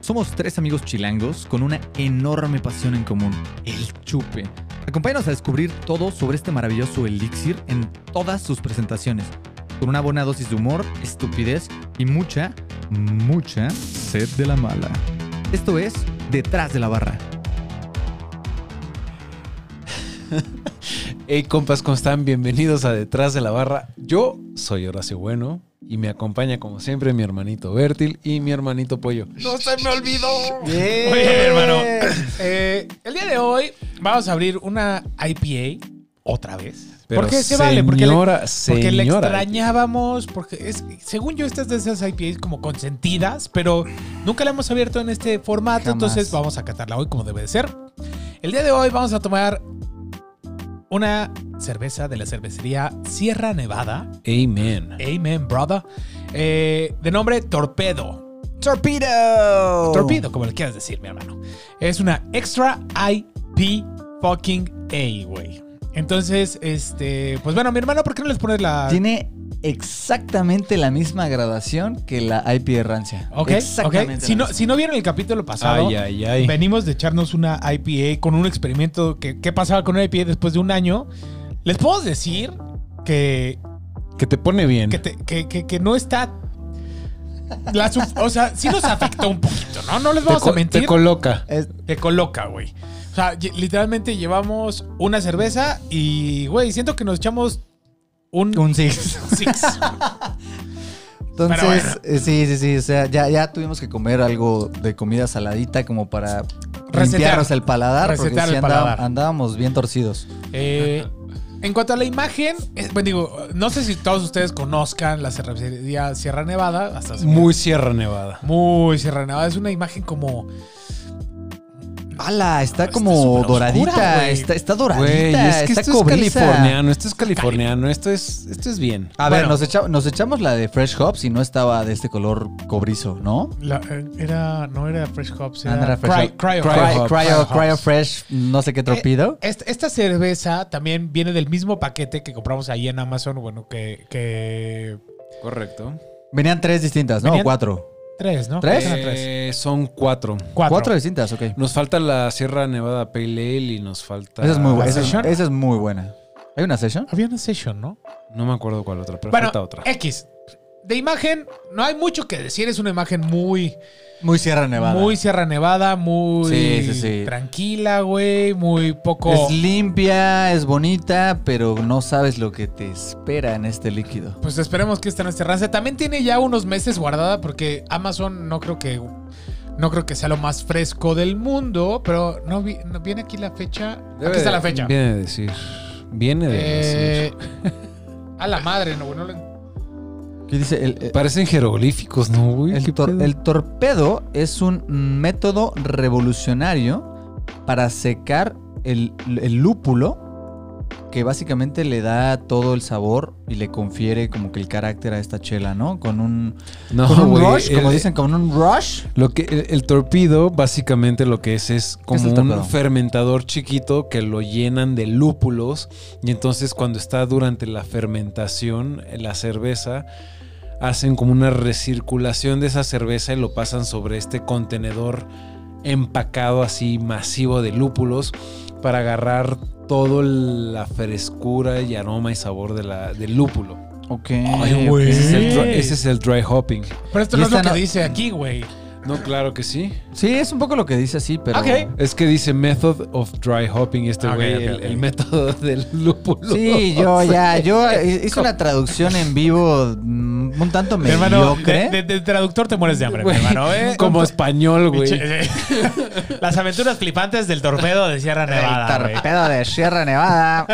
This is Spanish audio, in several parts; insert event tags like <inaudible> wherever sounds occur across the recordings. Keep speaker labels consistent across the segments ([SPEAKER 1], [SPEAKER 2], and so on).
[SPEAKER 1] Somos tres amigos chilangos con una enorme pasión en común, el chupe. Acompáñanos a descubrir todo sobre este maravilloso elixir en todas sus presentaciones, con una buena dosis de humor, estupidez y mucha, mucha sed de la mala. Esto es Detrás de la Barra.
[SPEAKER 2] Hey compas, ¿cómo están? Bienvenidos a Detrás de la Barra. Yo soy Horacio Bueno y me acompaña como siempre mi hermanito Bertil y mi hermanito Pollo.
[SPEAKER 3] ¡No se me olvidó!
[SPEAKER 2] ¡Bien!
[SPEAKER 3] Oye, mi hermano. eh, el día de hoy vamos a abrir una IPA otra vez.
[SPEAKER 2] Pero
[SPEAKER 3] porque se vale, porque le,
[SPEAKER 2] señora,
[SPEAKER 3] porque le
[SPEAKER 2] señora.
[SPEAKER 3] extrañábamos, porque es, según yo estas de esas IPAs como consentidas, pero nunca la hemos abierto en este formato,
[SPEAKER 1] Jamás.
[SPEAKER 3] entonces vamos a catarla hoy como debe de ser. El día de hoy vamos a tomar una cerveza de la cervecería Sierra Nevada.
[SPEAKER 2] Amen.
[SPEAKER 3] Amen, brother. Eh, de nombre Torpedo.
[SPEAKER 1] ¡Torpedo!
[SPEAKER 3] Torpedo, como le quieras decir, mi hermano. Es una extra IP fucking A, güey. Entonces, este, pues bueno, mi hermano, ¿por qué no les pones la.
[SPEAKER 1] Tiene exactamente la misma gradación que la IP rancia.
[SPEAKER 3] Ok,
[SPEAKER 1] exactamente.
[SPEAKER 3] ok.
[SPEAKER 1] la
[SPEAKER 3] Si no,
[SPEAKER 1] misma.
[SPEAKER 3] si no vieron el capítulo pasado,
[SPEAKER 2] Ay, ay, ay.
[SPEAKER 3] venimos de echarnos una IPA con un experimento que, que pasaba con una IPA después de un año. Les puedo decir que
[SPEAKER 2] Que te pone bien.
[SPEAKER 3] que, te- que- que- que no está. la su- o sea, sí nos afectó un poquito, ¿no? No les
[SPEAKER 2] Te
[SPEAKER 3] vamos
[SPEAKER 2] co-
[SPEAKER 3] a mentir.
[SPEAKER 2] te coloca.
[SPEAKER 1] Es-
[SPEAKER 3] te coloca, güey. O sea, lle- literalmente llevamos una cerveza y, güey, siento que nos echamos un,
[SPEAKER 1] un six.
[SPEAKER 3] six.
[SPEAKER 1] Entonces,
[SPEAKER 3] Pero bueno.
[SPEAKER 1] eh, sí, sí, sí. O sea, ya, ya tuvimos que comer algo de comida saladita como para
[SPEAKER 3] Resetear.
[SPEAKER 1] limpiarnos el paladar. porque
[SPEAKER 3] Resetear
[SPEAKER 1] sí
[SPEAKER 3] el
[SPEAKER 1] andaba-
[SPEAKER 3] paladar.
[SPEAKER 1] andábamos bien torcidos.
[SPEAKER 3] Eh, en cuanto a la imagen, es- bueno, digo, no sé si todos ustedes conozcan la cervecería Sierra Nevada. Hasta se-
[SPEAKER 2] Muy Sierra Nevada.
[SPEAKER 3] muy Sierra Nevada. Es una imagen como.
[SPEAKER 1] ¡Hala! Está
[SPEAKER 3] Está
[SPEAKER 1] como
[SPEAKER 3] súper oscura,
[SPEAKER 1] doradita.
[SPEAKER 3] güey.
[SPEAKER 1] está, está doradita.
[SPEAKER 2] Güey, es que
[SPEAKER 1] está
[SPEAKER 2] esto es
[SPEAKER 1] cobriza.
[SPEAKER 2] californiano, esto es californiano, esto es, esto es bien.
[SPEAKER 1] A ver,
[SPEAKER 3] Bueno.
[SPEAKER 1] nos, echa- nos echamos la de Fresh Hops y no estaba de este color cobrizo, ¿no?
[SPEAKER 3] la- era, no era Fresh Hops,
[SPEAKER 1] Ah, no
[SPEAKER 3] era
[SPEAKER 1] era Fresh
[SPEAKER 3] Cry-
[SPEAKER 1] Hop.
[SPEAKER 3] Cryo
[SPEAKER 2] Cryo
[SPEAKER 3] Hops.
[SPEAKER 1] Cryo, cryo,
[SPEAKER 2] Hops.
[SPEAKER 3] Cryo
[SPEAKER 1] cryo
[SPEAKER 3] Hops. Eh,
[SPEAKER 1] Fresh, no sé qué tropido.
[SPEAKER 3] Esta, esta cerveza también viene del mismo paquete que compramos ahí en Amazon. Bueno, que, que
[SPEAKER 2] Correcto.
[SPEAKER 1] Venían tres distintas, ¿no?
[SPEAKER 3] Venían-
[SPEAKER 1] Cuatro.
[SPEAKER 3] tres, ¿no?
[SPEAKER 1] ¿Tres?
[SPEAKER 3] Eran
[SPEAKER 2] Eh,
[SPEAKER 3] tres.
[SPEAKER 2] son cuatro.
[SPEAKER 3] Eh, Cuatro.
[SPEAKER 1] Cuatro distintas, ok.
[SPEAKER 2] Nos falta la Sierra Nevada Pale Ale y nos falta.
[SPEAKER 1] Esa es muy buena. Esa es,
[SPEAKER 3] session?
[SPEAKER 1] esa es muy buena. ¿Hay una session?
[SPEAKER 3] Había una session, ¿no?
[SPEAKER 2] No me acuerdo cuál otra, pero
[SPEAKER 3] Bueno,
[SPEAKER 2] falta otra.
[SPEAKER 3] X. De imagen, no hay mucho que decir. Es una imagen muy,
[SPEAKER 1] Muy Sierra Nevada.
[SPEAKER 3] muy Sierra Nevada, muy
[SPEAKER 1] Sí, sí, sí.
[SPEAKER 3] tranquila, güey. Muy poco.
[SPEAKER 1] Es limpia, es bonita, pero no sabes lo que te espera en este líquido.
[SPEAKER 3] Pues esperemos que esta no esté rancia. También tiene ya unos meses guardada porque Amazon no creo que no creo que sea lo más fresco del mundo, pero no, vi- no- viene aquí la fecha.
[SPEAKER 2] Debe
[SPEAKER 3] aquí está
[SPEAKER 2] de-
[SPEAKER 3] la fecha.
[SPEAKER 2] Viene de decir. Viene de
[SPEAKER 3] Eh,
[SPEAKER 2] decir.
[SPEAKER 3] <laughs> a la madre, no, güey, no lo-
[SPEAKER 1] ¿Qué dice? El, el-
[SPEAKER 2] Parecen jeroglíficos, ¿no, güey?
[SPEAKER 1] el
[SPEAKER 2] ¿Qué
[SPEAKER 1] tor-
[SPEAKER 2] pedo?
[SPEAKER 1] el torpedo es un método revolucionario para secar el, el lúpulo que básicamente le da todo el sabor y le confiere como que el carácter a esta chela, ¿no? Con un,
[SPEAKER 2] No,
[SPEAKER 1] con un
[SPEAKER 2] güey,
[SPEAKER 1] rush, como
[SPEAKER 2] el-
[SPEAKER 1] dicen, con un rush.
[SPEAKER 2] Lo que, el, el torpido, básicamente lo que es es como
[SPEAKER 1] es el torpedo?
[SPEAKER 2] un fermentador chiquito que lo llenan de lúpulos. Y entonces, cuando está durante la fermentación, eh, la cerveza, hacen como una recirculación de esa cerveza y lo pasan sobre este contenedor empacado así masivo de lúpulos para agarrar toda la frescura y aroma y sabor de la, del lúpulo.
[SPEAKER 1] Ok.
[SPEAKER 3] Ay, güey.
[SPEAKER 1] ok.
[SPEAKER 2] Ese es, el, dry-
[SPEAKER 3] Ey.
[SPEAKER 2] ese es el dry hopping.
[SPEAKER 3] Pero esto
[SPEAKER 1] Y
[SPEAKER 3] no es lo
[SPEAKER 1] esta
[SPEAKER 3] que
[SPEAKER 1] no-
[SPEAKER 3] dice aquí, güey.
[SPEAKER 2] No, claro que sí.
[SPEAKER 1] Sí, es un poco lo que dice así, pero...
[SPEAKER 3] Ok.
[SPEAKER 2] Es que dice method of dry hopping este
[SPEAKER 3] Ah, Ok,
[SPEAKER 2] güey,
[SPEAKER 3] ok,
[SPEAKER 2] el,
[SPEAKER 3] ok.
[SPEAKER 2] el método <laughs> del
[SPEAKER 3] <laughs>
[SPEAKER 2] lúpulo.
[SPEAKER 1] Sí,
[SPEAKER 2] <laughs>
[SPEAKER 1] yo ya, yo hice una traducción en vivo mm, un tanto
[SPEAKER 3] Mi hermano, de,
[SPEAKER 1] mediocre.
[SPEAKER 3] de- de traductor te mueres de hambre, mi
[SPEAKER 2] Güey,
[SPEAKER 3] hermano, ¿eh?
[SPEAKER 2] Como español,
[SPEAKER 3] Pinche- eh,
[SPEAKER 2] güey.
[SPEAKER 1] <laughs>
[SPEAKER 3] Las aventuras flipantes del torpedo de Sierra Nevada.
[SPEAKER 1] el
[SPEAKER 3] güey.
[SPEAKER 1] torpedo de Sierra Nevada.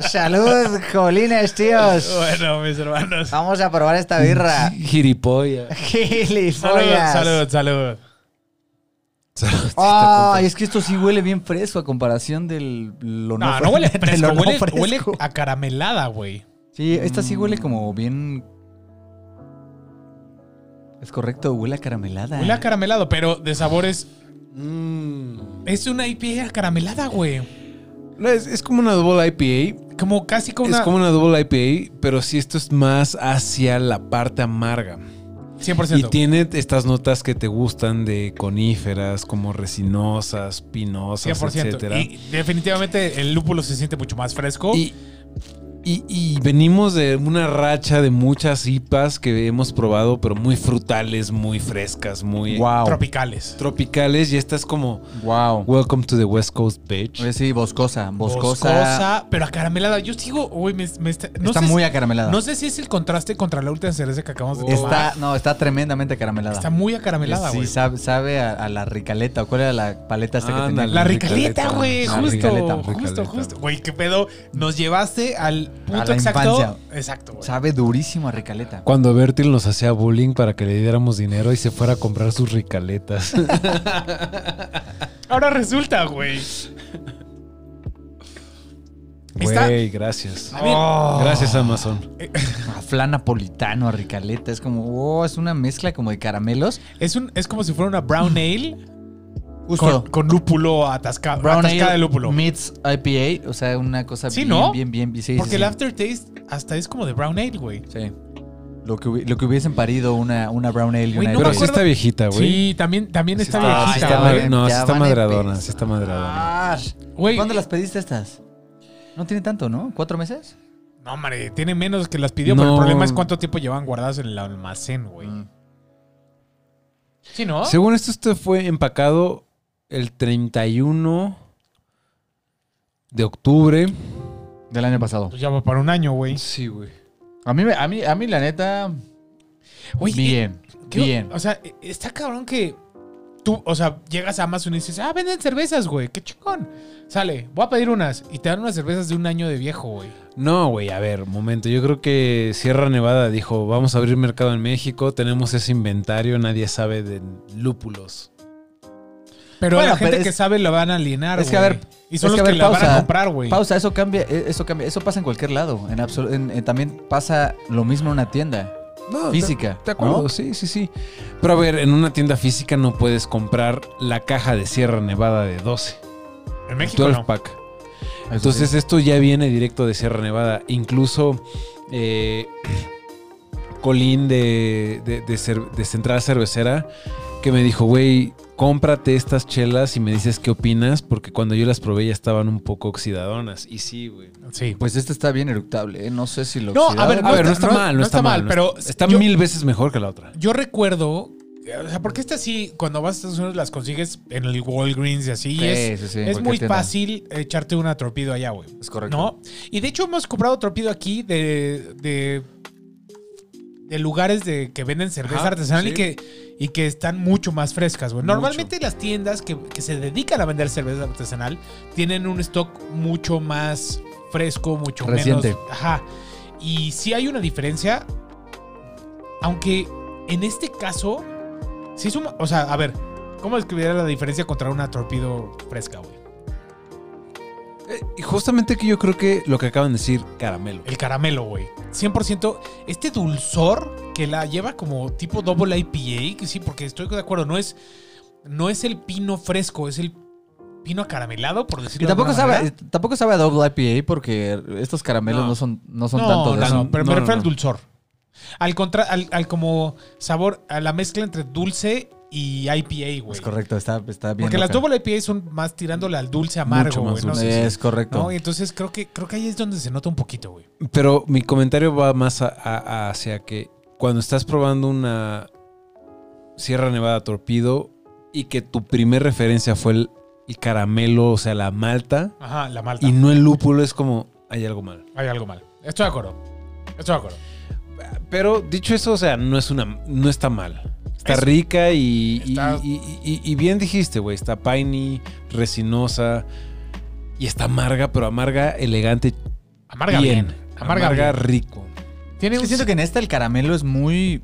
[SPEAKER 1] Salud, jolines, tíos.
[SPEAKER 3] Bueno, mis hermanos.
[SPEAKER 1] Vamos a probar esta birra.
[SPEAKER 2] Giripolla.
[SPEAKER 1] <laughs>
[SPEAKER 3] Salud,
[SPEAKER 1] Gilipollas.
[SPEAKER 3] salud, salud.
[SPEAKER 1] Ah,
[SPEAKER 3] <laughs>
[SPEAKER 1] es que esto sí huele bien fresco a comparación <laughs> del lo
[SPEAKER 3] No,
[SPEAKER 1] fre-
[SPEAKER 3] no huele a
[SPEAKER 1] de
[SPEAKER 3] fresco,
[SPEAKER 1] lo no
[SPEAKER 3] huele,
[SPEAKER 1] fresco.
[SPEAKER 3] huele a caramelada, güey.
[SPEAKER 1] Sí, esta sí huele como bien. Es correcto, huele a caramelada.
[SPEAKER 3] Huele a caramelado, pero de sabores.
[SPEAKER 2] Mm.
[SPEAKER 3] Es una IPA caramelada, güey.
[SPEAKER 2] Es, es como una double IPA.
[SPEAKER 3] Como casi con una.
[SPEAKER 2] Es como una double IPA, pero sí esto es más hacia la parte amarga. Y
[SPEAKER 3] 100%.
[SPEAKER 2] tiene estas notas que te gustan de coníferas, como resinosas, pinosas,
[SPEAKER 3] 100%.
[SPEAKER 2] etcétera.
[SPEAKER 3] Y definitivamente el lúpulo se siente mucho más fresco.
[SPEAKER 2] Y, y- y venimos de una racha de muchas IPAs que hemos probado, pero muy frutales, muy frescas, muy
[SPEAKER 1] Wow.
[SPEAKER 3] tropicales.
[SPEAKER 2] tropicales. Y esta es como
[SPEAKER 1] Wow.
[SPEAKER 2] Welcome to the West Coast Bitch.
[SPEAKER 1] Oye, sí, boscosa. Boscosa.
[SPEAKER 3] Boscosa, pero acaramelada. Yo digo, uy, me, me está, no
[SPEAKER 1] está
[SPEAKER 3] sé
[SPEAKER 1] muy
[SPEAKER 3] si-
[SPEAKER 1] acaramelada.
[SPEAKER 3] No sé si es el contraste contra la última cerveza que acabamos de tomar.
[SPEAKER 1] está, no, está tremendamente acaramelada.
[SPEAKER 3] Está muy acaramelada,
[SPEAKER 1] Sí,
[SPEAKER 3] güey.
[SPEAKER 1] sabe, sabe a, a la ricaleta. ¿O cuál era la paleta esta que tenía?
[SPEAKER 2] Ándale.
[SPEAKER 3] la ricaleta,
[SPEAKER 2] Ricaleta,
[SPEAKER 3] güey,
[SPEAKER 1] la
[SPEAKER 3] justo,
[SPEAKER 1] Ricaleta,
[SPEAKER 3] justo,
[SPEAKER 2] Ricaleta.
[SPEAKER 3] justo. Güey, qué pedo. Nos llevaste al punto
[SPEAKER 1] la
[SPEAKER 3] exacto.
[SPEAKER 1] infancia.
[SPEAKER 3] Exacto, güey.
[SPEAKER 1] Sabe durísimo a ricaleta.
[SPEAKER 2] Cuando Bertil nos hacía bullying para que le diéramos dinero y se fuera a comprar sus <laughs> ricaletas.
[SPEAKER 3] Ahora resulta, güey. Está-
[SPEAKER 2] Güey, gracias.
[SPEAKER 3] A ver.
[SPEAKER 1] Oh.
[SPEAKER 2] Gracias, Amazon.
[SPEAKER 1] A flan napolitano, a ricaleta. Es como, oh, es una mezcla como de caramelos.
[SPEAKER 3] Es, un, es como si fuera una brown ale
[SPEAKER 1] Justo.
[SPEAKER 3] con, con lúpulo atascado.
[SPEAKER 1] Brown
[SPEAKER 3] atascada
[SPEAKER 1] ale
[SPEAKER 3] de lúpulo.
[SPEAKER 1] meets IPA. O sea, una cosa
[SPEAKER 3] Sí,
[SPEAKER 1] bien,
[SPEAKER 3] ¿no?
[SPEAKER 1] bien, bien, bien. sí, sí,
[SPEAKER 3] Porque el
[SPEAKER 1] sí.
[SPEAKER 3] aftertaste hasta es como de brown ale, güey.
[SPEAKER 1] Sí. Lo que, hubi- lo que hubiesen parido una, una brown ale y
[SPEAKER 3] Güey,
[SPEAKER 1] una
[SPEAKER 3] no
[SPEAKER 2] Pero
[SPEAKER 1] IPA.
[SPEAKER 3] me
[SPEAKER 2] sí
[SPEAKER 3] acuerdo-
[SPEAKER 2] está viejita, güey.
[SPEAKER 3] Sí, también, también
[SPEAKER 2] Sí
[SPEAKER 3] está
[SPEAKER 1] está-
[SPEAKER 2] sí
[SPEAKER 3] viejita,
[SPEAKER 2] está
[SPEAKER 1] güey.
[SPEAKER 2] ma- No, sí
[SPEAKER 1] Ya
[SPEAKER 2] está
[SPEAKER 1] van
[SPEAKER 2] madradona,
[SPEAKER 1] empezando.
[SPEAKER 2] sí está madradona.
[SPEAKER 1] Ah,
[SPEAKER 3] güey.
[SPEAKER 1] ¿Cuándo las pediste estas? No tiene tanto, ¿no? ¿Cuatro meses?
[SPEAKER 3] No, madre, tiene menos que las pidió, pero el
[SPEAKER 2] No.
[SPEAKER 3] problema es cuánto tiempo llevan guardadas en el almacén, güey.
[SPEAKER 1] Mm.
[SPEAKER 3] Sí, ¿no?
[SPEAKER 2] Según esto, esto fue empacado el 31 de octubre.
[SPEAKER 1] Del año pasado.
[SPEAKER 3] Pues ya va para un año, güey.
[SPEAKER 2] Sí, güey.
[SPEAKER 1] A mí, me- a mí, a mí la neta,
[SPEAKER 3] Güey,
[SPEAKER 1] bien,
[SPEAKER 3] eh, ¿qué-
[SPEAKER 1] bien.
[SPEAKER 3] O sea, eh, está cabrón que tú, o sea, llegas a Amazon y dices, ah, venden cervezas, güey, qué chingón. Sale, voy a pedir unas. Y te dan unas cervezas de un año de viejo, güey.
[SPEAKER 2] No, güey, a ver, momento. Yo creo que Sierra Nevada dijo, vamos a abrir mercado en México, tenemos ese inventario, nadie sabe de lúpulos.
[SPEAKER 3] Pero
[SPEAKER 1] Bueno,
[SPEAKER 3] la gente
[SPEAKER 1] pero es-
[SPEAKER 3] que sabe la van a alienar,
[SPEAKER 1] es
[SPEAKER 3] güey.
[SPEAKER 1] que, a ver,
[SPEAKER 3] y
[SPEAKER 1] es
[SPEAKER 3] son los
[SPEAKER 1] que,
[SPEAKER 3] que,
[SPEAKER 1] a ver,
[SPEAKER 3] la van
[SPEAKER 1] pausa,
[SPEAKER 3] a comprar, güey.
[SPEAKER 1] Pausa, eso cambia, eh, eso cambia, eso pasa en cualquier lado. En absol- en- en- también pasa lo mismo en una tienda
[SPEAKER 2] No,
[SPEAKER 1] física.
[SPEAKER 2] De acuerdo,
[SPEAKER 1] ¿no?
[SPEAKER 2] sí, sí, sí. Pero a ver, en una tienda física no puedes comprar la caja de Sierra Nevada de 12.
[SPEAKER 3] En
[SPEAKER 2] el
[SPEAKER 3] México
[SPEAKER 2] 12
[SPEAKER 3] no.
[SPEAKER 2] pack.
[SPEAKER 1] Eso
[SPEAKER 2] Entonces
[SPEAKER 1] sí.
[SPEAKER 2] esto ya viene directo de Sierra Nevada. Incluso eh, Colín de, de- de cer- de Central Cervecera que me dijo, güey, cómprate estas chelas y me dices qué opinas porque cuando yo las probé ya estaban un poco oxidadonas. Y sí, güey.
[SPEAKER 3] Sí.
[SPEAKER 1] pues este está bien eructable, eh, no sé si lo
[SPEAKER 3] No,
[SPEAKER 1] oxidado-
[SPEAKER 3] a ver,
[SPEAKER 2] A ver, no está mal, no, está, mal,
[SPEAKER 3] pero
[SPEAKER 2] está, está
[SPEAKER 3] yo-
[SPEAKER 2] mil veces mejor que la otra.
[SPEAKER 3] Yo recuerdo, eh, o sea, porque esta sí, cuando vas a Estados Unidos las consigues en el Walgreens y así. y
[SPEAKER 1] Sí,
[SPEAKER 3] es
[SPEAKER 1] sí, sí, en
[SPEAKER 3] es
[SPEAKER 1] cualquier
[SPEAKER 3] muy
[SPEAKER 1] tienda.
[SPEAKER 3] fácil echarte una torpido allá, güey.
[SPEAKER 1] Es correcto.
[SPEAKER 3] ¿No? Y de hecho hemos comprado torpido aquí de, de, de lugares de, que venden cerveza
[SPEAKER 2] Ajá,
[SPEAKER 3] artesanal y,
[SPEAKER 2] sí.
[SPEAKER 3] que, y que están mucho más frescas, güey.
[SPEAKER 2] Mucho.
[SPEAKER 3] Normalmente las tiendas que, que se dedican a vender cerveza artesanal tienen un stock mucho más fresco, mucho
[SPEAKER 1] Reciente.
[SPEAKER 3] menos. Ajá. Y sí hay una diferencia, aunque en este caso, sí es un... O sea, a ver, ¿cómo describiría la diferencia contra una torpido fresca, güey?
[SPEAKER 2] Eh, y justamente que yo creo que lo que acaban de decir, caramelo.
[SPEAKER 3] El caramelo, güey. 100%. Este dulzor que la lleva como tipo double IPA, que sí, porque estoy de acuerdo, no es, no es el pino fresco, es el pino acaramelado, por decirlo
[SPEAKER 1] Y tampoco
[SPEAKER 3] de alguna
[SPEAKER 1] sabe,
[SPEAKER 3] manera.
[SPEAKER 1] tampoco sabe a Double IPA porque estos caramelos no,
[SPEAKER 2] No.
[SPEAKER 1] son, no son
[SPEAKER 3] no,
[SPEAKER 1] tanto de
[SPEAKER 3] no,
[SPEAKER 1] eso.
[SPEAKER 3] no, pero
[SPEAKER 2] No,
[SPEAKER 3] me
[SPEAKER 2] no,
[SPEAKER 3] refiero al
[SPEAKER 2] no.
[SPEAKER 3] dulzor. Al, contra, al, al como sabor, a la mezcla entre dulce y IPA, güey.
[SPEAKER 1] Es correcto, está, está bien.
[SPEAKER 3] Porque las
[SPEAKER 1] loca.
[SPEAKER 3] double IPA son más tirándole al dulce amargo,
[SPEAKER 2] Mucho más
[SPEAKER 3] güey. No
[SPEAKER 2] dulce.
[SPEAKER 3] sé si-
[SPEAKER 1] Es correcto.
[SPEAKER 3] ¿no? Y entonces creo que, creo que ahí es donde se nota un poquito, güey.
[SPEAKER 2] Pero mi comentario va más a- a- a- hacia que cuando estás probando una Sierra Nevada Torpido y que tu primer referencia fue el, el caramelo, o sea, la malta,
[SPEAKER 3] Ajá, la malta.
[SPEAKER 2] y no el lúpulo, es como hay algo mal.
[SPEAKER 3] Hay algo mal. Estoy de acuerdo. Estoy de acuerdo.
[SPEAKER 2] Pero dicho eso, o sea, no es una, no está mal. Está
[SPEAKER 3] Es-
[SPEAKER 2] rica y, y-
[SPEAKER 3] Está-
[SPEAKER 2] y- y- y bien dijiste, güey. Está piney, resinosa y está amarga, pero amarga elegante.
[SPEAKER 3] Amarga bien.
[SPEAKER 2] bien.
[SPEAKER 3] Amarga, bien.
[SPEAKER 2] rico.
[SPEAKER 3] Tiene
[SPEAKER 1] Es que
[SPEAKER 3] un-
[SPEAKER 1] siento que en esta el caramelo es muy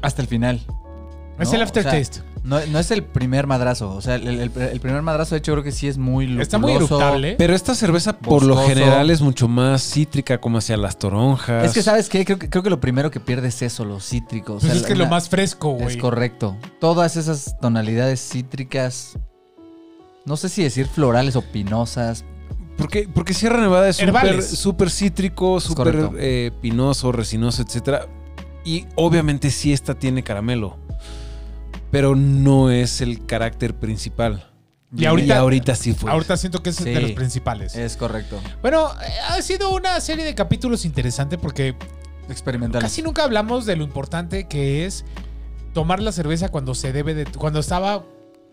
[SPEAKER 1] hasta el final.
[SPEAKER 3] Es
[SPEAKER 1] ¿no? O
[SPEAKER 3] el
[SPEAKER 1] sea,
[SPEAKER 3] aftertaste.
[SPEAKER 1] No, no es el primer madrazo. O sea, el, el- el primer madrazo, de hecho, creo que sí es muy lupuloso.
[SPEAKER 3] Está muy eructable.
[SPEAKER 2] Pero esta cerveza por lo
[SPEAKER 1] Boscoso.
[SPEAKER 2] general es mucho más cítrica, como hacia las toronjas.
[SPEAKER 1] Es que, ¿sabes qué? Creo que, creo que lo primero que pierde es eso, lo cítrico. O
[SPEAKER 3] Pues
[SPEAKER 1] sea,
[SPEAKER 3] es que
[SPEAKER 1] una-
[SPEAKER 3] lo más fresco,
[SPEAKER 1] Es
[SPEAKER 3] güey.
[SPEAKER 1] correcto. Todas esas tonalidades cítricas, no sé si decir florales o pinosas.
[SPEAKER 2] Porque, porque Sierra Nevada es súper
[SPEAKER 3] Herbales.
[SPEAKER 2] súper cítrico, súper
[SPEAKER 1] correcto.
[SPEAKER 2] eh, pinoso, resinoso, etcétera. Y obviamente sí esta tiene caramelo, pero no es el carácter principal.
[SPEAKER 3] Y ahorita-
[SPEAKER 2] sí fue.
[SPEAKER 3] Ahorita siento que es
[SPEAKER 1] pues. Sí.
[SPEAKER 3] de los principales.
[SPEAKER 1] Es correcto.
[SPEAKER 3] Bueno, eh, ha sido una serie de capítulos interesante porque
[SPEAKER 1] Experimental.
[SPEAKER 3] casi nunca hablamos de lo importante que es tomar la cerveza cuando se debe de cuando estaba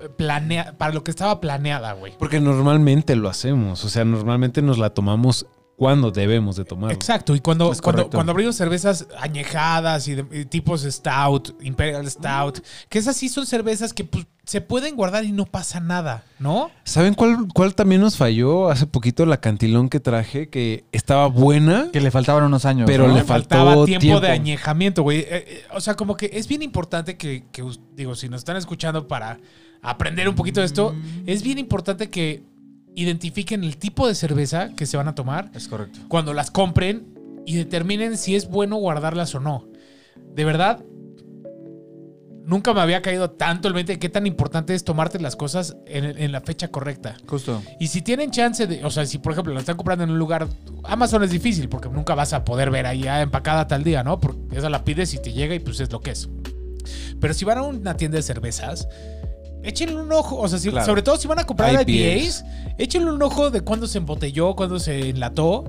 [SPEAKER 3] eh, planea para lo que estaba planeada, güey.
[SPEAKER 2] Porque normalmente lo hacemos, o sea, normalmente nos la tomamos cuando debemos de tomarla.
[SPEAKER 3] Exacto, y cuando,
[SPEAKER 1] Es
[SPEAKER 3] cuando,
[SPEAKER 1] correcto.
[SPEAKER 3] cuando abrimos cervezas añejadas y, de, y tipos stout, imperial stout, que esas sí son cervezas que pues, se pueden guardar y no pasa nada, ¿no?
[SPEAKER 2] ¿Saben cuál, cuál también nos falló hace poquito la cantilón que traje? Que estaba buena.
[SPEAKER 1] Que le faltaban unos años.
[SPEAKER 2] Pero
[SPEAKER 1] ¿no?
[SPEAKER 2] le
[SPEAKER 3] le faltaba
[SPEAKER 2] faltó
[SPEAKER 3] tiempo,
[SPEAKER 2] tiempo.
[SPEAKER 3] de añejamiento, güey. Eh, eh, o sea, como que es bien importante que, que us- digo, si nos están escuchando para aprender un poquito de esto, es bien importante que identifiquen el tipo de cerveza que se van a tomar
[SPEAKER 1] Es correcto.
[SPEAKER 3] cuando las compren y determinen si es bueno guardarlas o no. De verdad, nunca me había caído tanto el mente de qué tan importante es tomarte las cosas en, en la fecha correcta.
[SPEAKER 1] Justo.
[SPEAKER 3] Y si tienen chance de, o sea, si por ejemplo lo están comprando en un lugar, Amazon es difícil porque nunca vas a poder ver ahí ah, empacada tal día, ¿no? Porque esa la pides y te llega y pues es lo que es. Pero si van a una tienda de cervezas, échenle un ojo, o sea, si-
[SPEAKER 2] Claro.
[SPEAKER 3] sobre todo si van a comprar
[SPEAKER 2] IPAs.
[SPEAKER 3] IPAs, échenle un ojo de cuándo se embotelló, cuándo se enlató.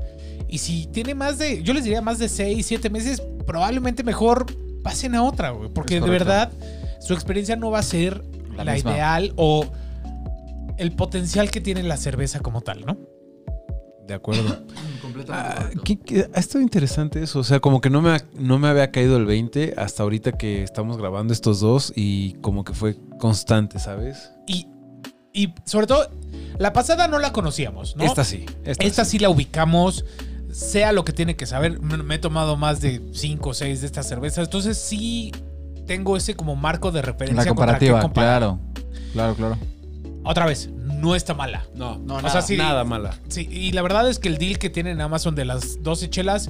[SPEAKER 3] Y si tiene más de, yo les diría más de 6, 7 meses, probablemente mejor pasen a otra, güey. Porque
[SPEAKER 1] Es
[SPEAKER 3] de
[SPEAKER 1] correcto.
[SPEAKER 3] verdad su experiencia no va a ser
[SPEAKER 1] La
[SPEAKER 3] la,
[SPEAKER 1] misma.
[SPEAKER 3] ideal o el potencial que tiene la cerveza como tal, ¿no?
[SPEAKER 2] De acuerdo.
[SPEAKER 1] Completamente.
[SPEAKER 2] Ah,
[SPEAKER 3] Ah,
[SPEAKER 2] ¿Qué- qué- ha estado interesante eso. O sea, como que no me, ha- no me había caído el 20 hasta ahorita que estamos grabando estos dos y como que fue constante, ¿sabes?
[SPEAKER 3] Y, y sobre todo, la pasada no la conocíamos, ¿no?
[SPEAKER 2] Esta sí. Esta,
[SPEAKER 3] Esta
[SPEAKER 2] sí.
[SPEAKER 3] sí la ubicamos, sea lo que tiene que saber. Me me he tomado más de 5 o 6 de estas cervezas, entonces sí tengo ese como marco de referencia.
[SPEAKER 1] La
[SPEAKER 3] contra qué
[SPEAKER 1] comparativa,
[SPEAKER 3] comparar.
[SPEAKER 1] claro. Claro, claro.
[SPEAKER 3] Otra vez, no está mala.
[SPEAKER 2] No,
[SPEAKER 1] no,
[SPEAKER 2] no,
[SPEAKER 1] nada,
[SPEAKER 2] nada,
[SPEAKER 3] nada
[SPEAKER 2] nada mala.
[SPEAKER 3] Sí, y la verdad es que el deal que tienen en Amazon de las 12 chelas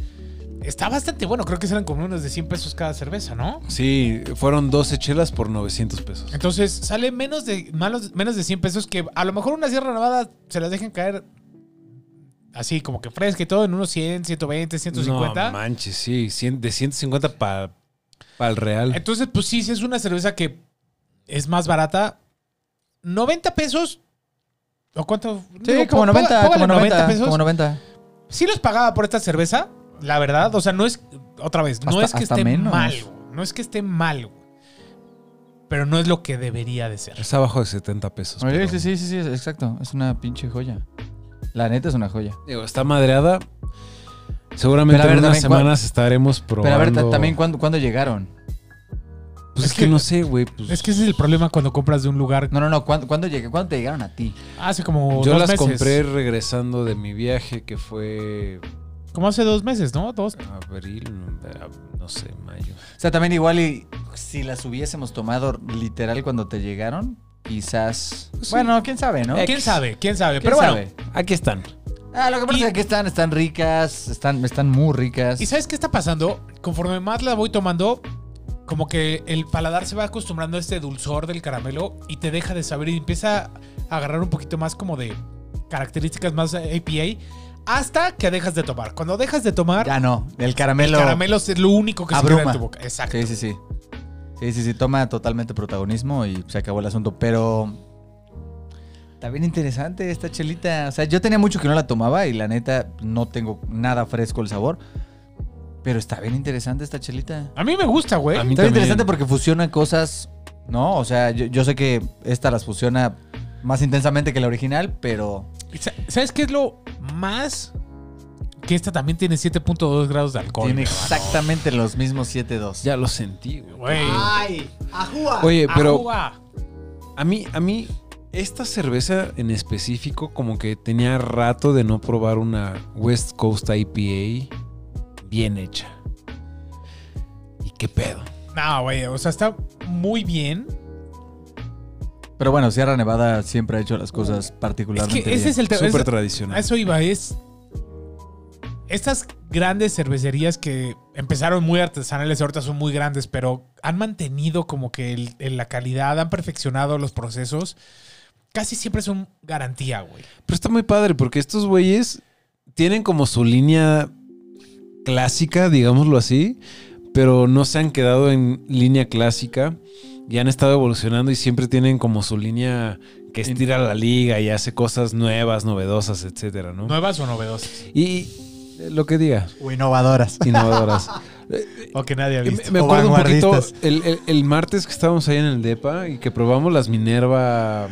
[SPEAKER 3] está bastante bueno. Creo que serán como unos de 100 pesos cada cerveza, ¿no?
[SPEAKER 2] Sí, fueron 12 chelas por 900 pesos.
[SPEAKER 3] Entonces sale menos de, malos- menos de 100 pesos que a lo mejor una Sierra Nevada se las dejan caer así como que fresca y todo en unos 100, 120, 150.
[SPEAKER 2] No manches, sí. cien- de 150 para el real.
[SPEAKER 3] Entonces, pues sí, si es una cerveza que es más barata, 90 pesos. ¿O cuánto?
[SPEAKER 1] Sí,
[SPEAKER 3] Digo,
[SPEAKER 1] como
[SPEAKER 3] pó-
[SPEAKER 1] 90,
[SPEAKER 3] póngale
[SPEAKER 1] como 90, como 90.
[SPEAKER 3] sí los pagaba por esta cerveza, la verdad. O sea, no es, otra vez, no
[SPEAKER 1] Hasta-
[SPEAKER 3] es que
[SPEAKER 1] hasta
[SPEAKER 3] esté
[SPEAKER 1] menos.
[SPEAKER 3] mal. güey. No es que esté mal, güey. pero no es lo que debería de ser.
[SPEAKER 2] Está abajo de 70
[SPEAKER 3] Pues,
[SPEAKER 2] pesos.
[SPEAKER 1] Oye,
[SPEAKER 2] pero-
[SPEAKER 1] sí, sí, sí, sí, exacto. Es una pinche joya. La neta es una joya.
[SPEAKER 2] Digo, está madreada. Seguramente
[SPEAKER 1] Pero a ver,
[SPEAKER 2] en unas
[SPEAKER 1] también, ¿cuál-
[SPEAKER 2] semanas estaremos probando.
[SPEAKER 1] Pero a ver, ta- también, ¿cuándo, cuándo llegaron?
[SPEAKER 2] Pues
[SPEAKER 3] Es
[SPEAKER 2] es que,
[SPEAKER 3] que-
[SPEAKER 2] no sé, güey. pues-
[SPEAKER 3] Es que ese es el problema cuando compras de un lugar
[SPEAKER 1] No, no, no. ¿Cuándo, cuándo llegué- cuándo te llegaron a ti?
[SPEAKER 3] hace como
[SPEAKER 2] Yo
[SPEAKER 3] dos
[SPEAKER 2] las
[SPEAKER 3] meses.
[SPEAKER 2] compré regresando de mi viaje que fue
[SPEAKER 3] Como hace dos meses, ¿no? Dos.
[SPEAKER 2] abril, no sé, mayo.
[SPEAKER 1] O sea, también igual y si las hubiésemos tomado literal cuando te llegaron, quizás... Bueno, quién sabe, ¿no?
[SPEAKER 3] ¿Quién sabe? ¿Quién sabe?
[SPEAKER 1] ¿Quién
[SPEAKER 3] Pero bueno.
[SPEAKER 1] sabe?
[SPEAKER 2] Aquí están.
[SPEAKER 1] Ah, lo que pasa
[SPEAKER 3] Y-
[SPEAKER 1] es que están, están ricas, están, están muy ricas.
[SPEAKER 3] ¿Y sabes qué está pasando? Conforme más la voy tomando, como que el paladar se va acostumbrando a este dulzor del caramelo y te deja de saber y empieza a agarrar un poquito más como de características más APA hasta que dejas de tomar. Cuando dejas de tomar,
[SPEAKER 1] Ya no, el
[SPEAKER 3] el
[SPEAKER 1] caramelo.
[SPEAKER 3] caramelo es lo único que se queda
[SPEAKER 1] Abruma.
[SPEAKER 3] en tu boca. Exacto.
[SPEAKER 1] Sí, sí, sí. Sí, sí, sí, toma totalmente protagonismo y se acabó el asunto. Pero está bien interesante esta chelita. O sea, yo tenía mucho que no la tomaba y la neta no tengo nada fresco el sabor. Pero está bien interesante esta chelita.
[SPEAKER 3] A mí me gusta, güey.
[SPEAKER 2] A mí
[SPEAKER 1] Está bien
[SPEAKER 2] también.
[SPEAKER 1] interesante porque fusiona cosas, ¿no? O sea, yo, yo sé que esta las fusiona más intensamente que la original, pero...
[SPEAKER 3] Y sa- ¿Sabes qué es lo más? Que esta también tiene 7.2 grados de alcohol.
[SPEAKER 1] Tiene
[SPEAKER 3] mi hermano.
[SPEAKER 1] exactamente los mismos 7-2.
[SPEAKER 2] Ya lo sentí, güey.
[SPEAKER 3] Güey. Ah,
[SPEAKER 4] ¡Ay! ¡Ajúa!
[SPEAKER 2] Oye, pero
[SPEAKER 3] Agua.
[SPEAKER 2] a mí, a mí, esta cerveza en específico, como que tenía rato de no probar una West Coast IPA bien hecha. ¿Y qué pedo?
[SPEAKER 3] No, güey. O sea, está muy bien.
[SPEAKER 1] Pero bueno, Sierra Nevada siempre ha hecho las cosas
[SPEAKER 3] Es
[SPEAKER 1] particularmente
[SPEAKER 3] que ese es el tema.
[SPEAKER 2] Súper
[SPEAKER 3] Es-
[SPEAKER 2] tradicional.
[SPEAKER 3] A eso iba, es. Estas grandes cervecerías que empezaron muy artesanales, ahorita son muy grandes, pero han mantenido como que el- el- la calidad, han perfeccionado los procesos. Casi siempre son garantía, güey.
[SPEAKER 2] Pero está muy padre porque estos güeyes tienen como su línea clásica, digámoslo así, pero no se han quedado en línea clásica y han estado evolucionando y siempre tienen como su línea que estira la liga y hace cosas nuevas, novedosas, etcétera, ¿no?
[SPEAKER 3] ¿Nuevas o novedosas?
[SPEAKER 2] Y eh, lo que diga,
[SPEAKER 4] O innovadoras.
[SPEAKER 3] <laughs>
[SPEAKER 2] innovadoras.
[SPEAKER 3] O que nadie ha
[SPEAKER 2] Y
[SPEAKER 3] visto.
[SPEAKER 2] Me, me acuerdo un poquito
[SPEAKER 4] vanguardistas.
[SPEAKER 2] el, el- el martes que estábamos ahí en el DEPA y que probamos las Minerva.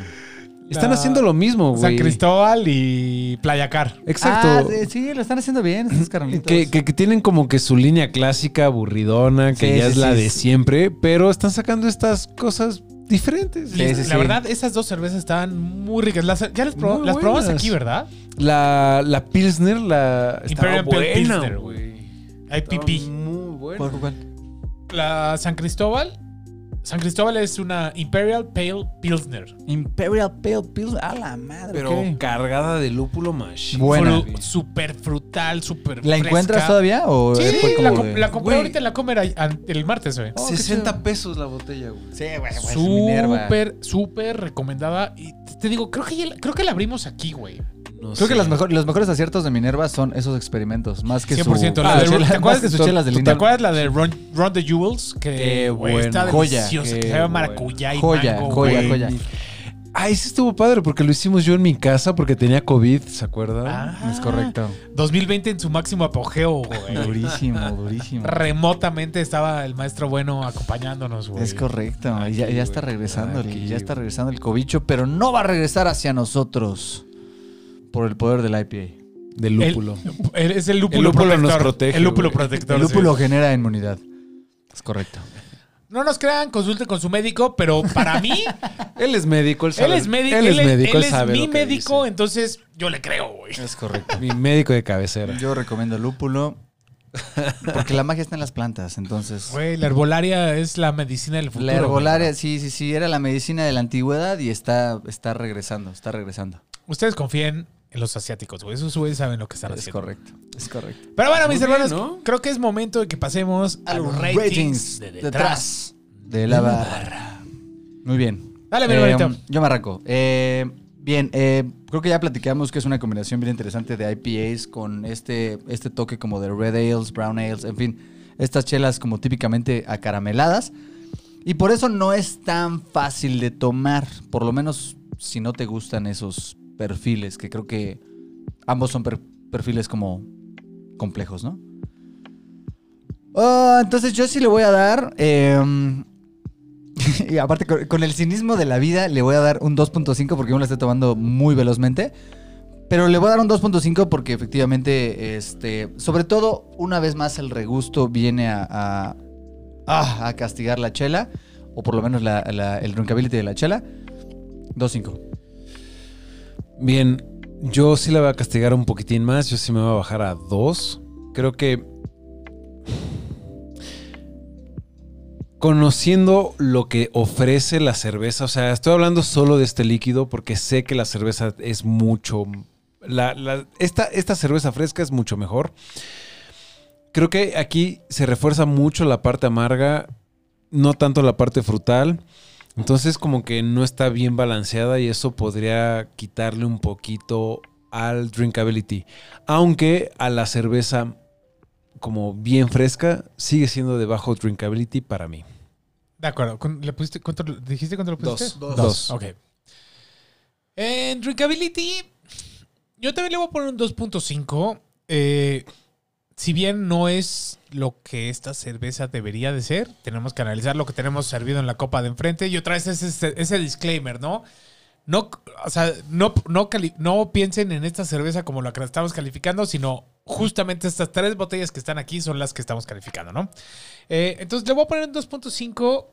[SPEAKER 2] Están
[SPEAKER 3] La-
[SPEAKER 2] haciendo lo mismo, güey.
[SPEAKER 3] San Cristóbal y Playa Car.
[SPEAKER 2] Exacto.
[SPEAKER 1] Ah, sí, sí, lo están haciendo bien estos carnalitos.
[SPEAKER 2] Que, que- que tienen como que su línea clásica aburridona, que
[SPEAKER 4] Sí,
[SPEAKER 2] ya
[SPEAKER 4] sí,
[SPEAKER 2] es la
[SPEAKER 4] sí,
[SPEAKER 2] de
[SPEAKER 4] sí.
[SPEAKER 2] siempre, pero están sacando estas cosas diferentes.
[SPEAKER 3] Y
[SPEAKER 1] Sí, sí,
[SPEAKER 3] la
[SPEAKER 1] sí.
[SPEAKER 3] verdad, esas dos cervezas estaban muy ricas. Las- ya las, proba-
[SPEAKER 2] Muy
[SPEAKER 3] las probamos
[SPEAKER 2] buenas.
[SPEAKER 3] aquí, ¿verdad?
[SPEAKER 2] La, la Pilsner, la. Estaba
[SPEAKER 3] Imperial Pale
[SPEAKER 2] buena,
[SPEAKER 3] Pilsner,
[SPEAKER 2] güey.
[SPEAKER 3] Hay
[SPEAKER 2] Estaba
[SPEAKER 3] pipí.
[SPEAKER 2] Muy buena.
[SPEAKER 3] La San Cristóbal. San Cristóbal es una Imperial Pale Pilsner.
[SPEAKER 4] Imperial Pale Pills. A la madre.
[SPEAKER 2] Pero
[SPEAKER 4] ok.
[SPEAKER 2] cargada de lúpulo más.
[SPEAKER 1] Buena.
[SPEAKER 3] Fru- Súper frutal, súper
[SPEAKER 1] ¿La encuentras todavía o
[SPEAKER 3] Sí,
[SPEAKER 1] fue como
[SPEAKER 3] la, com-
[SPEAKER 1] de-
[SPEAKER 3] la compré
[SPEAKER 2] Güey.
[SPEAKER 3] ahorita en la comer ahí- an- el martes, güey.
[SPEAKER 1] Oh, qué
[SPEAKER 2] 60
[SPEAKER 1] chido.
[SPEAKER 2] pesos la botella, güey.
[SPEAKER 4] Sí, güey, güey.
[SPEAKER 1] Minerva.
[SPEAKER 3] Súper, súper recomendada. Y te- te digo, creo que, ya la- creo que la abrimos aquí, güey.
[SPEAKER 2] No
[SPEAKER 1] Creo que
[SPEAKER 2] sé.
[SPEAKER 1] las mejor- los mejores aciertos de Minerva son esos experimentos, más que su...
[SPEAKER 3] 100%. la
[SPEAKER 1] Ah,
[SPEAKER 3] de-
[SPEAKER 1] chela-
[SPEAKER 3] ¿Te
[SPEAKER 1] más
[SPEAKER 3] acuerdas
[SPEAKER 1] que
[SPEAKER 3] de
[SPEAKER 1] sus chelas de
[SPEAKER 3] ¿Te
[SPEAKER 1] línea.
[SPEAKER 3] acuerdas la de Run, Run the Jewels?
[SPEAKER 2] Qué
[SPEAKER 3] Que güey,
[SPEAKER 2] bueno.
[SPEAKER 3] está
[SPEAKER 1] Joya,
[SPEAKER 3] deliciosa.
[SPEAKER 2] qué
[SPEAKER 3] Que
[SPEAKER 2] bueno.
[SPEAKER 3] sabe maracuyá y
[SPEAKER 1] Joya,
[SPEAKER 3] mango,
[SPEAKER 1] joya,
[SPEAKER 3] güey.
[SPEAKER 1] joya.
[SPEAKER 2] Ah, ese estuvo padre porque lo hicimos yo en mi casa porque tenía COVID, ¿se acuerdan?
[SPEAKER 3] Ah,
[SPEAKER 1] Es correcto.
[SPEAKER 3] 2020 en su máximo apogeo, güey.
[SPEAKER 1] Durísimo, durísimo.
[SPEAKER 3] Remotamente estaba el maestro bueno acompañándonos, güey.
[SPEAKER 1] Es correcto.
[SPEAKER 2] Aquí,
[SPEAKER 1] ya, ya está
[SPEAKER 2] güey,
[SPEAKER 1] regresando, el-
[SPEAKER 2] aquí,
[SPEAKER 1] ya está
[SPEAKER 2] güey.
[SPEAKER 1] regresando el cobicho, pero no va a regresar hacia nosotros por el poder del IPA.
[SPEAKER 2] De lúpulo.
[SPEAKER 3] El- es el lúpulo,
[SPEAKER 2] El lúpulo
[SPEAKER 3] protector.
[SPEAKER 2] nos protege,
[SPEAKER 3] El lúpulo
[SPEAKER 2] güey.
[SPEAKER 3] protector.
[SPEAKER 1] El
[SPEAKER 3] sí.
[SPEAKER 1] lúpulo genera inmunidad. Es correcto.
[SPEAKER 3] No nos crean, consulten con su médico, pero para <laughs> mí,
[SPEAKER 2] Él es médico, él sabe.
[SPEAKER 3] él es médico.
[SPEAKER 2] Él es médico, él,
[SPEAKER 3] es
[SPEAKER 2] sabe lo
[SPEAKER 3] mi
[SPEAKER 2] que
[SPEAKER 3] médico,
[SPEAKER 2] dice.
[SPEAKER 3] entonces yo le creo, güey.
[SPEAKER 1] Es correcto.
[SPEAKER 2] Mi médico de cabecera.
[SPEAKER 1] Yo recomiendo lúpulo porque la magia está en las plantas, entonces...
[SPEAKER 3] Güey, la herbolaria es la medicina del futuro.
[SPEAKER 1] La
[SPEAKER 3] güey.
[SPEAKER 1] herbolaria, sí, sí, sí, era la medicina de la antigüedad y está, está regresando, está regresando.
[SPEAKER 3] Ustedes confíen en los asiáticos, güey. Esos güeyes saben lo que están
[SPEAKER 1] es
[SPEAKER 3] haciendo.
[SPEAKER 1] correcto, es correcto.
[SPEAKER 3] Pero bueno, mis
[SPEAKER 2] Muy bien,
[SPEAKER 3] hermanos,
[SPEAKER 2] ¿no?
[SPEAKER 3] creo que es momento de que pasemos a los ratings de detrás.
[SPEAKER 1] de la barra. Muy bien.
[SPEAKER 3] Dale, mi
[SPEAKER 1] Eh,
[SPEAKER 3] hermanito.
[SPEAKER 1] Yo me arranco. Eh, bien, eh, creo que ya platicamos que es una combinación bien interesante de IPAs con este, este toque como de red ales, brown ales, en fin, estas chelas como típicamente acarameladas. Y por eso no es tan fácil de tomar, por lo menos si no te gustan esos perfiles, que creo que ambos son per- perfiles como complejos, ¿no? Ah, entonces yo sí le voy a dar... em, <laughs> y aparte, con, con el cinismo de la vida, le voy a dar un 2.5 porque yo me la estoy tomando muy velozmente. Pero le voy a dar un 2.5 porque efectivamente, este, sobre todo, una vez más el regusto viene a, a, ah, a castigar la chela, o por lo menos la- la- el drinkability de la chela. 2.5.
[SPEAKER 2] Bien, yo sí la voy a castigar un poquitín más. Yo sí me voy a bajar a dos. Creo que. Conociendo lo que ofrece la cerveza, o sea, estoy hablando solo de este líquido porque sé que la cerveza es mucho. la- la- esta, esta cerveza fresca es mucho mejor. Creo que aquí se refuerza mucho la parte amarga, no tanto la parte frutal. Entonces como que no está bien balanceada y eso podría quitarle un poquito al drinkability. Aunque a la cerveza como bien fresca sigue siendo de bajo drinkability para mí.
[SPEAKER 3] De acuerdo. ¿Con- ¿Le pusiste cuánto- ¿Dijiste cuánto le pusiste?
[SPEAKER 2] Dos. Dos.
[SPEAKER 3] Ok. En Drinkability, yo también le voy a poner un 2.5. Eh, si bien no es lo que esta cerveza debería de ser, tenemos que analizar lo que tenemos servido en la copa de enfrente. Y otra vez es ese, ese disclaimer, ¿no? No, o sea, no, no, cali- no piensen en esta cerveza como la que estamos calificando, sino justamente estas tres botellas que están aquí son las que estamos calificando, ¿no? Eh, entonces le voy a poner un 2.5.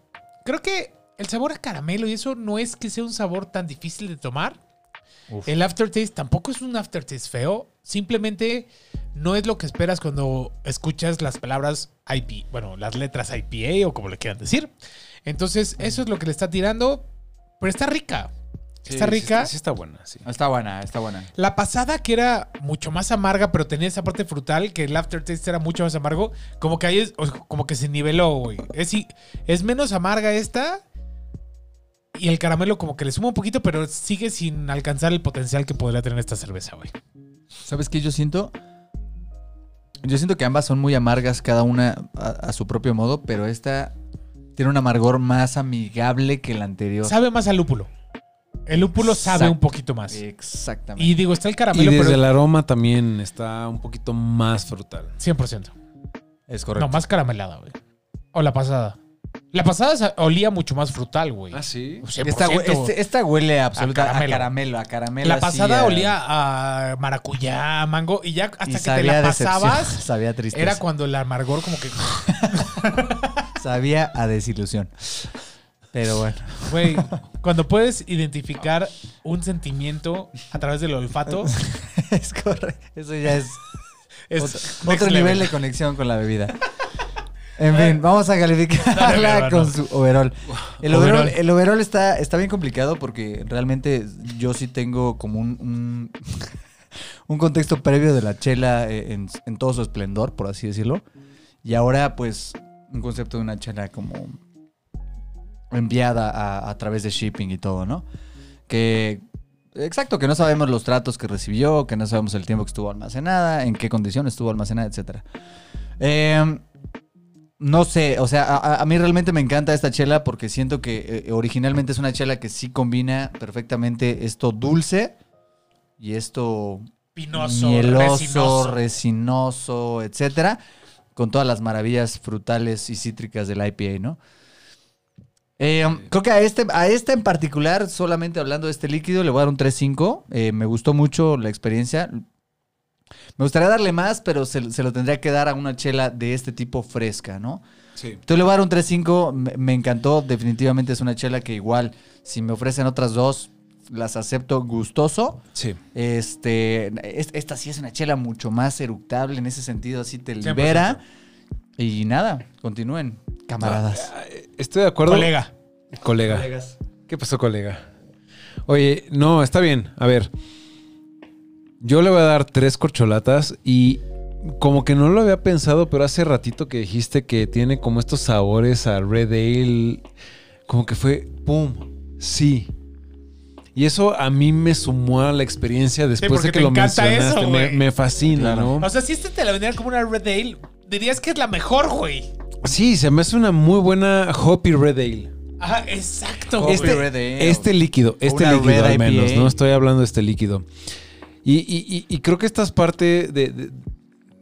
[SPEAKER 3] Creo que el sabor a caramelo y eso no es que sea un sabor tan difícil de tomar. El aftertaste tampoco es un aftertaste feo. Simplemente no es lo que esperas cuando escuchas las palabras IP, bueno, las letras IPA o como le quieran decir. Entonces, eso es lo que le está tirando. Pero está rica. Está rica.
[SPEAKER 2] Sí, está buena, sí.
[SPEAKER 1] Está buena, está buena.
[SPEAKER 3] La pasada que era mucho más amarga, pero tenía esa parte frutal, que el aftertaste era mucho más amargo, como que ahí es, o sea, como que se niveló, güey. Es, i- es menos amarga esta y el caramelo como que le suma un poquito, pero sigue sin alcanzar el potencial que podría tener esta cerveza, güey.
[SPEAKER 1] ¿Sabes qué yo siento? Yo siento que ambas son muy amargas, cada una a, a su propio modo, pero esta tiene un amargor más amigable que la anterior.
[SPEAKER 3] Sabe más al lúpulo. El lúpulo sabe
[SPEAKER 1] Exacto.
[SPEAKER 3] un poquito más.
[SPEAKER 1] Exactamente.
[SPEAKER 3] Y digo, está el
[SPEAKER 2] Y
[SPEAKER 3] caramelo,
[SPEAKER 2] desde
[SPEAKER 3] Ah, pero
[SPEAKER 2] el aroma también está un poquito más frutal.
[SPEAKER 3] 100%.
[SPEAKER 1] es
[SPEAKER 3] No,
[SPEAKER 1] correcto.
[SPEAKER 3] más caramelada, güey. O la pasada. La pasada sa- olía mucho más frutal, güey.
[SPEAKER 2] Ah, sí.
[SPEAKER 3] 100%.
[SPEAKER 1] esta, hue- este- esta huele absoluta a
[SPEAKER 3] caramelo.
[SPEAKER 1] caramelo, a caramelo.
[SPEAKER 3] la
[SPEAKER 1] así,
[SPEAKER 3] pasada
[SPEAKER 1] a-
[SPEAKER 3] olía a maracuyá, mango, y ya hasta
[SPEAKER 1] y
[SPEAKER 3] que te
[SPEAKER 1] sabía
[SPEAKER 3] la
[SPEAKER 1] decepción,
[SPEAKER 3] pasabas,
[SPEAKER 1] <laughs> sabía tristeza.
[SPEAKER 3] era cuando el amargor como que,
[SPEAKER 1] Sabía a desilusión. Pero bueno. <laughs>
[SPEAKER 3] güey, cuando puedes identificar un sentimiento a través
[SPEAKER 1] <laughs>
[SPEAKER 3] del olfato,
[SPEAKER 1] es correcto. Eso ya es
[SPEAKER 3] <laughs> es
[SPEAKER 1] otro,
[SPEAKER 3] next
[SPEAKER 1] otro nivel de
[SPEAKER 3] level.
[SPEAKER 1] conexión con la bebida. En fin, vamos a
[SPEAKER 3] Dale, mi
[SPEAKER 1] calificarla
[SPEAKER 3] hermano.
[SPEAKER 1] con su overall. El
[SPEAKER 3] Overall.
[SPEAKER 1] overall, el overall está, está bien complicado porque realmente yo sí tengo como un, un, <laughs> un contexto previo de la chela eh, en, en todo su esplendor, por así decirlo. Y ahora, pues, un concepto de una chela como enviada a, a través de shipping y todo, ¿no? Que, exacto, que no sabemos los tratos que recibió, que no sabemos el tiempo que estuvo almacenada, en qué condición estuvo almacenada, Em, etc. no sé, o sea, a- a, a mí realmente me encanta esta chela porque siento que eh, originalmente es una chela que sí combina perfectamente esto dulce y esto
[SPEAKER 3] pinoso,
[SPEAKER 1] mieloso,
[SPEAKER 3] resinoso.
[SPEAKER 1] resinoso. etcétera, con todas las maravillas frutales y cítricas del IPA, ¿no? Eh, creo que a este, a este en particular, solamente hablando de este líquido, le voy a dar un 3.5. Eh, me gustó mucho la experiencia. Me gustaría darle más, pero se, se lo tendría que dar a una chela de este tipo fresca, ¿no?
[SPEAKER 2] Sí.
[SPEAKER 1] Entonces le voy a dar un 3.5. Me, me encantó. Definitivamente es una chela que igual, si me ofrecen otras dos, las acepto gustoso.
[SPEAKER 2] Sí.
[SPEAKER 1] Este, es- esta sí es una chela mucho más eructable en ese sentido, así te libera. Y nada, continúen, camaradas.
[SPEAKER 2] Estoy de acuerdo.
[SPEAKER 3] Colega.
[SPEAKER 2] Colega. ¿Qué pasó, colega? Oye, no, está bien. A ver. Yo le voy a dar tres corcholatas y como que no lo había pensado, pero hace ratito que dijiste que tiene como estos sabores a Red Ale, como que fue, ¡pum! Sí. Y eso a mí me sumó a la experiencia después
[SPEAKER 3] porque
[SPEAKER 2] de que
[SPEAKER 3] te
[SPEAKER 2] lo
[SPEAKER 3] encanta
[SPEAKER 2] mencionaste.
[SPEAKER 3] eso,
[SPEAKER 2] me,
[SPEAKER 3] güey.
[SPEAKER 2] me fascina,
[SPEAKER 1] Claro.
[SPEAKER 2] ¿no?
[SPEAKER 3] O sea, si este te la vendieran como una Red Ale, dirías que es la mejor, güey.
[SPEAKER 2] Sí, se me hace una muy buena Hoppy Red Ale.
[SPEAKER 3] Ajá, exacto, güey.
[SPEAKER 1] Este-
[SPEAKER 2] Este líquido, este
[SPEAKER 1] una
[SPEAKER 2] líquido
[SPEAKER 1] Red
[SPEAKER 2] al
[SPEAKER 1] IPA.
[SPEAKER 2] menos, ¿no? Estoy hablando de este líquido. Y, y- y- y creo que esta es parte de, de-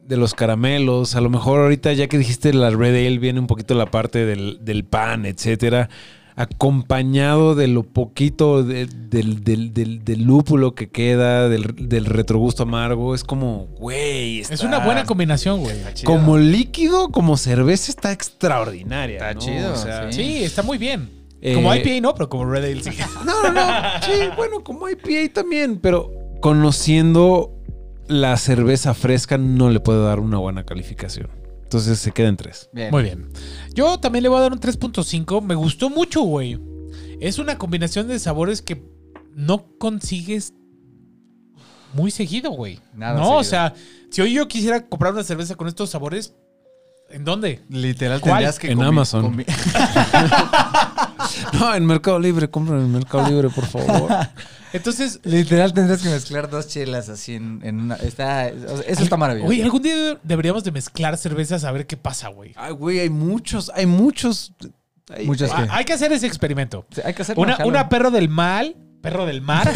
[SPEAKER 2] de los caramelos. A lo mejor ahorita, ya que dijiste la Red Ale, viene un poquito la parte del, del pan, etcétera. Acompañado de lo poquito de- del, del- del- del lúpulo que queda, del, del retrogusto amargo. Es como, güey,
[SPEAKER 3] Es
[SPEAKER 2] está-
[SPEAKER 3] una buena combinación, güey.
[SPEAKER 2] Como líquido, como cerveza, está extraordinaria.
[SPEAKER 1] Está
[SPEAKER 2] ¿no?
[SPEAKER 1] chido, sí.
[SPEAKER 3] Sí, está muy bien.
[SPEAKER 2] eh,
[SPEAKER 3] Como IPA no, pero como Red Ale sí.
[SPEAKER 2] No, no, no. Sí, bueno, como IPA también, pero conociendo la cerveza fresca no le puedo dar una buena calificación. Entonces se queda en tres.
[SPEAKER 1] Bien.
[SPEAKER 3] Muy bien. Yo también le voy a dar un 3.5. Me gustó mucho, güey. Es una combinación de sabores que no consigues muy seguido, güey.
[SPEAKER 1] Nada
[SPEAKER 3] no,
[SPEAKER 1] seguido.
[SPEAKER 3] o sea, si hoy yo quisiera comprar una cerveza con estos sabores, ¿en dónde?
[SPEAKER 1] Literal
[SPEAKER 3] ¿Cuál?
[SPEAKER 1] tendrías que
[SPEAKER 2] En
[SPEAKER 1] combi-
[SPEAKER 2] Amazon.
[SPEAKER 1] combi-
[SPEAKER 2] No, en Mercado Libre, compra en <laughs> Mercado Libre, por favor.
[SPEAKER 3] Entonces,
[SPEAKER 1] Literal <laughs> tendrías que mezclar dos chelas así en, en una. Está, o sea, eso está maravilloso.
[SPEAKER 3] güey, algún día deberíamos de mezclar cervezas a ver qué pasa, güey.
[SPEAKER 2] Ay, güey, hay muchos, hay muchos. hay-
[SPEAKER 1] Muchas
[SPEAKER 3] Ah,
[SPEAKER 1] que.
[SPEAKER 3] Hay que hacer ese experimento.
[SPEAKER 1] Sí, Hay que hacer
[SPEAKER 3] Una, una perro del mal, perro
[SPEAKER 1] <laughs>
[SPEAKER 3] del mar.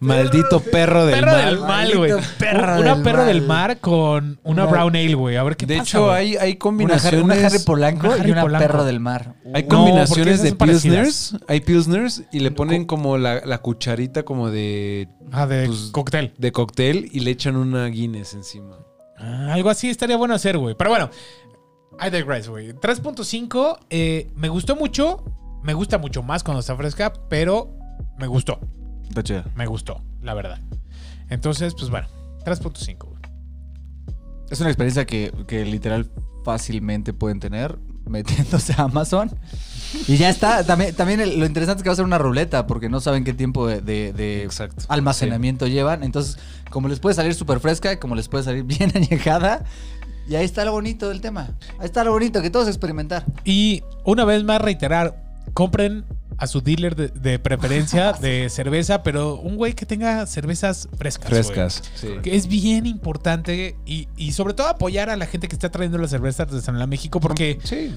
[SPEAKER 2] Maldito perro del
[SPEAKER 3] perro
[SPEAKER 2] mal.
[SPEAKER 3] del mal, güey.
[SPEAKER 1] maldito perro
[SPEAKER 3] Una
[SPEAKER 1] del
[SPEAKER 3] perro del
[SPEAKER 1] mal.
[SPEAKER 3] mar con una
[SPEAKER 1] Una-
[SPEAKER 3] brown ale, güey. A ver qué
[SPEAKER 2] De
[SPEAKER 3] pasa,
[SPEAKER 2] hecho,
[SPEAKER 3] güey.
[SPEAKER 2] hay, hay
[SPEAKER 1] Una Harry,
[SPEAKER 2] combinaciones.
[SPEAKER 1] una Harry Polanco
[SPEAKER 3] Una Harry
[SPEAKER 1] y una
[SPEAKER 3] Polanco.
[SPEAKER 1] perro del mar.
[SPEAKER 2] Hay
[SPEAKER 3] No, porque
[SPEAKER 2] combinaciones
[SPEAKER 3] esas
[SPEAKER 2] de
[SPEAKER 3] son parecidas.
[SPEAKER 2] pilsners. Hay pilsners y le ponen como la, la cucharita como de,
[SPEAKER 3] Ah, de
[SPEAKER 2] pues,
[SPEAKER 3] cóctel.
[SPEAKER 2] de cóctel y le echan una Guinness encima.
[SPEAKER 3] Ah, algo así estaría bueno hacer, güey. Pero bueno, I digress, güey. 3.5, eh, me gustó mucho. Me gusta mucho más cuando está fresca, pero me gustó.
[SPEAKER 1] Está chido.
[SPEAKER 3] Me gustó, la verdad. Entonces, pues bueno, 3.5. güey.
[SPEAKER 1] Es una experiencia que, que literal fácilmente pueden tener <laughs> metiéndose a Amazon. Y ya está. También, también el- lo interesante es que va a ser una ruleta porque no saben qué tiempo de, de- de
[SPEAKER 2] Exacto.
[SPEAKER 1] almacenamiento llevan. Entonces, como les puede salir súper fresca, como les puede salir <laughs> bien añejada. Y ahí está lo bonito del tema. Ahí está lo bonito que todos experimentar.
[SPEAKER 3] Y una vez más reiterar, compren a su dealer de,
[SPEAKER 1] <laughs>
[SPEAKER 3] de preferencia de cerveza, pero un güey que tenga cervezas frescas. güey.
[SPEAKER 2] Frescas. sí.
[SPEAKER 3] Que es bien importante y, y sobre todo apoyar a la gente que está trayendo las cervezas artesanal a México porque
[SPEAKER 2] Sí.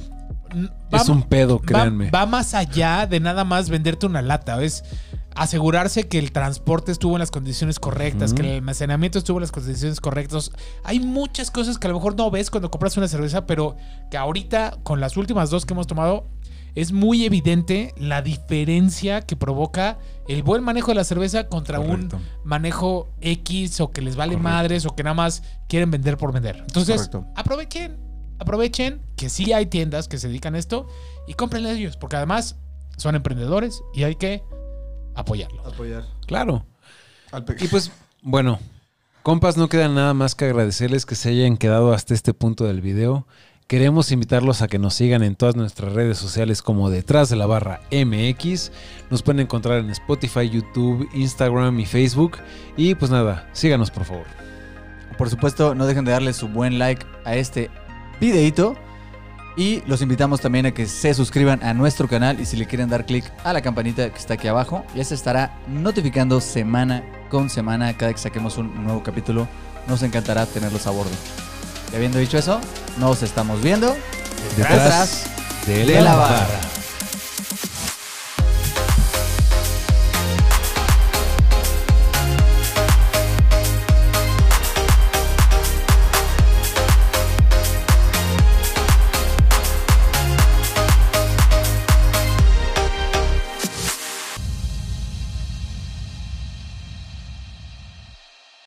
[SPEAKER 3] mm,
[SPEAKER 2] Es un pedo,
[SPEAKER 3] va-
[SPEAKER 2] créanme.
[SPEAKER 3] va más allá de nada más venderte una lata, es asegurarse que el transporte estuvo en las condiciones correctas, que el almacenamiento estuvo en las condiciones correctas. Hay muchas cosas que a lo mejor no ves cuando compras una cerveza, pero que ahorita con las últimas dos que hemos tomado es muy evidente la diferencia que provoca el buen manejo de la cerveza contra
[SPEAKER 2] Correcto.
[SPEAKER 3] un manejo X o que les vale madres o que nada más quieren vender por vender. Entonces,
[SPEAKER 5] Correcto.
[SPEAKER 3] aprovechen, aprovechen que sí hay tiendas que se dedican a esto y cómprenle a ellos, porque además son emprendedores y hay que apoyarlos.
[SPEAKER 4] Apoyar
[SPEAKER 2] Claro.
[SPEAKER 4] al pe-
[SPEAKER 2] Y pues, bueno, compas, no queda nada más que agradecerles que se hayan quedado hasta este punto del video. Queremos invitarlos a que nos sigan en todas nuestras redes sociales como detrás de la barra MX. Nos pueden encontrar en Spotify, YouTube, Instagram y Facebook. Y pues nada, síganos por favor.
[SPEAKER 1] Por supuesto, no dejen de darle su buen like a este videito. Y los invitamos también a que se suscriban a nuestro canal y si le quieren dar clic a la campanita que está aquí abajo, ya se estará notificando semana con semana cada que saquemos un nuevo capítulo. Nos encantará tenerlos a bordo. Y habiendo dicho eso, nos estamos viendo.
[SPEAKER 2] Detrás, de, la barra.